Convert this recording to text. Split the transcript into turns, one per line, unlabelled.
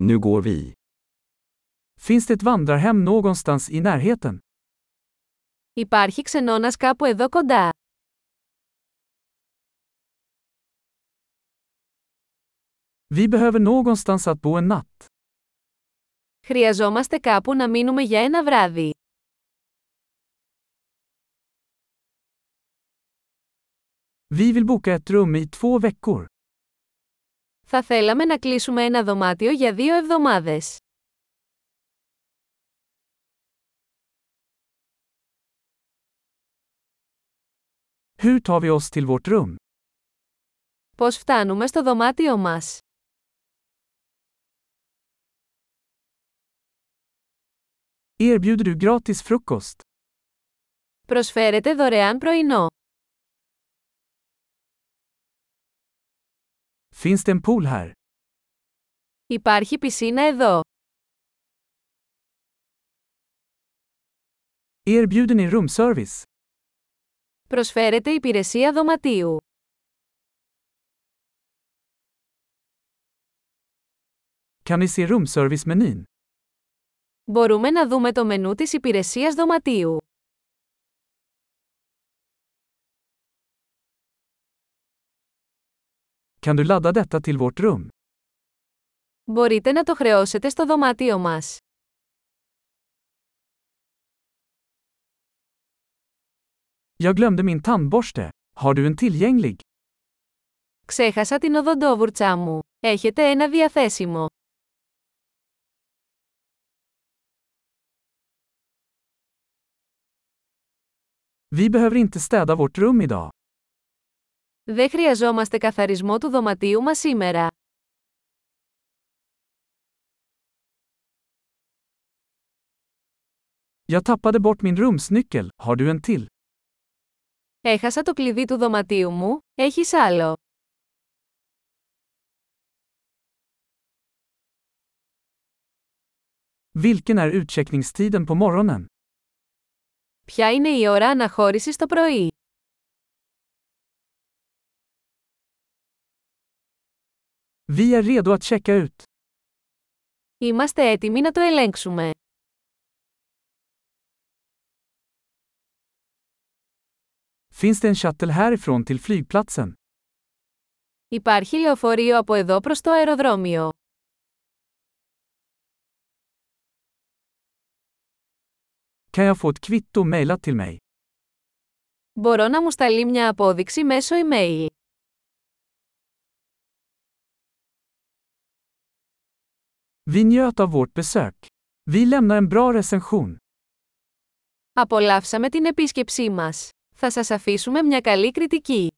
Nu går vi.
Finns det ett vandrarhem någonstans i närheten?
Υπάρχει ξενώνας κάπου εδώ κοντά.
Vi behöver någonstans att bo en natt.
Χρειαζόμαστε κάπου να μείνουμε για ένα βράδυ.
Vi vill boka ett rum i två veckor.
Θα θέλαμε να κλείσουμε ένα δωμάτιο για δύο εβδομάδες.
Hur tar vi oss till vårt rum?
Πώς φτάνουμε στο δωμάτιό μας.
Erbjuder du gratis frukost?
Προσφέρεται δωρεάν πρωινό.
Finns det en pool här?
Υπάρχει πισίνα εδώ.
Erbjuder ni rumservice?
Προσφέρεται υπηρεσία δωματίου.
Kan ni se rumservice-menyn?
Μπορούμε να δούμε το μενού της υπηρεσίας δωματίου.
Kan du ladda detta till vårt rum?
Μπορείτε να το χρεώσετε στο δωμάτιό μας.
Jag glömde min tandborste. Har du en tillgänglig?
Ξέχασα την οδοντόβουρτσά μου. Έχετε ένα διαθέσιμο.
Vi behöver inte städa vårt rum idag.
Δεν χρειαζόμαστε καθαρισμό του δωματίου μας σήμερα.
Jag tappade bort min rumsnyckel. Har du en till?
Έχασα το κλειδί του δωματίου μου, έχεις άλλο.
Vilken är utcheckningstiden på morgonen?
Ποια είναι η ώρα αναχώρησης το πρωί.
Vi är redo att checka ut.
Είμαστε έτοιμοι να το ελέγξουμε.
Finns det en shuttle härifrån till flygplatsen?
Υπάρχει λεωφορείο από εδώ προς το αεροδρόμιο.
Kan jag få ett kvitto mejlat till mig?
Μπορώ να μου σταλεί μια απόδειξη μέσω email.
Vi njöt av vårt besök. Vi lämnar en bra recension.
Απολαύσαμε την επίσκεψή μας. Θα σας αφήσουμε μια καλή κριτική.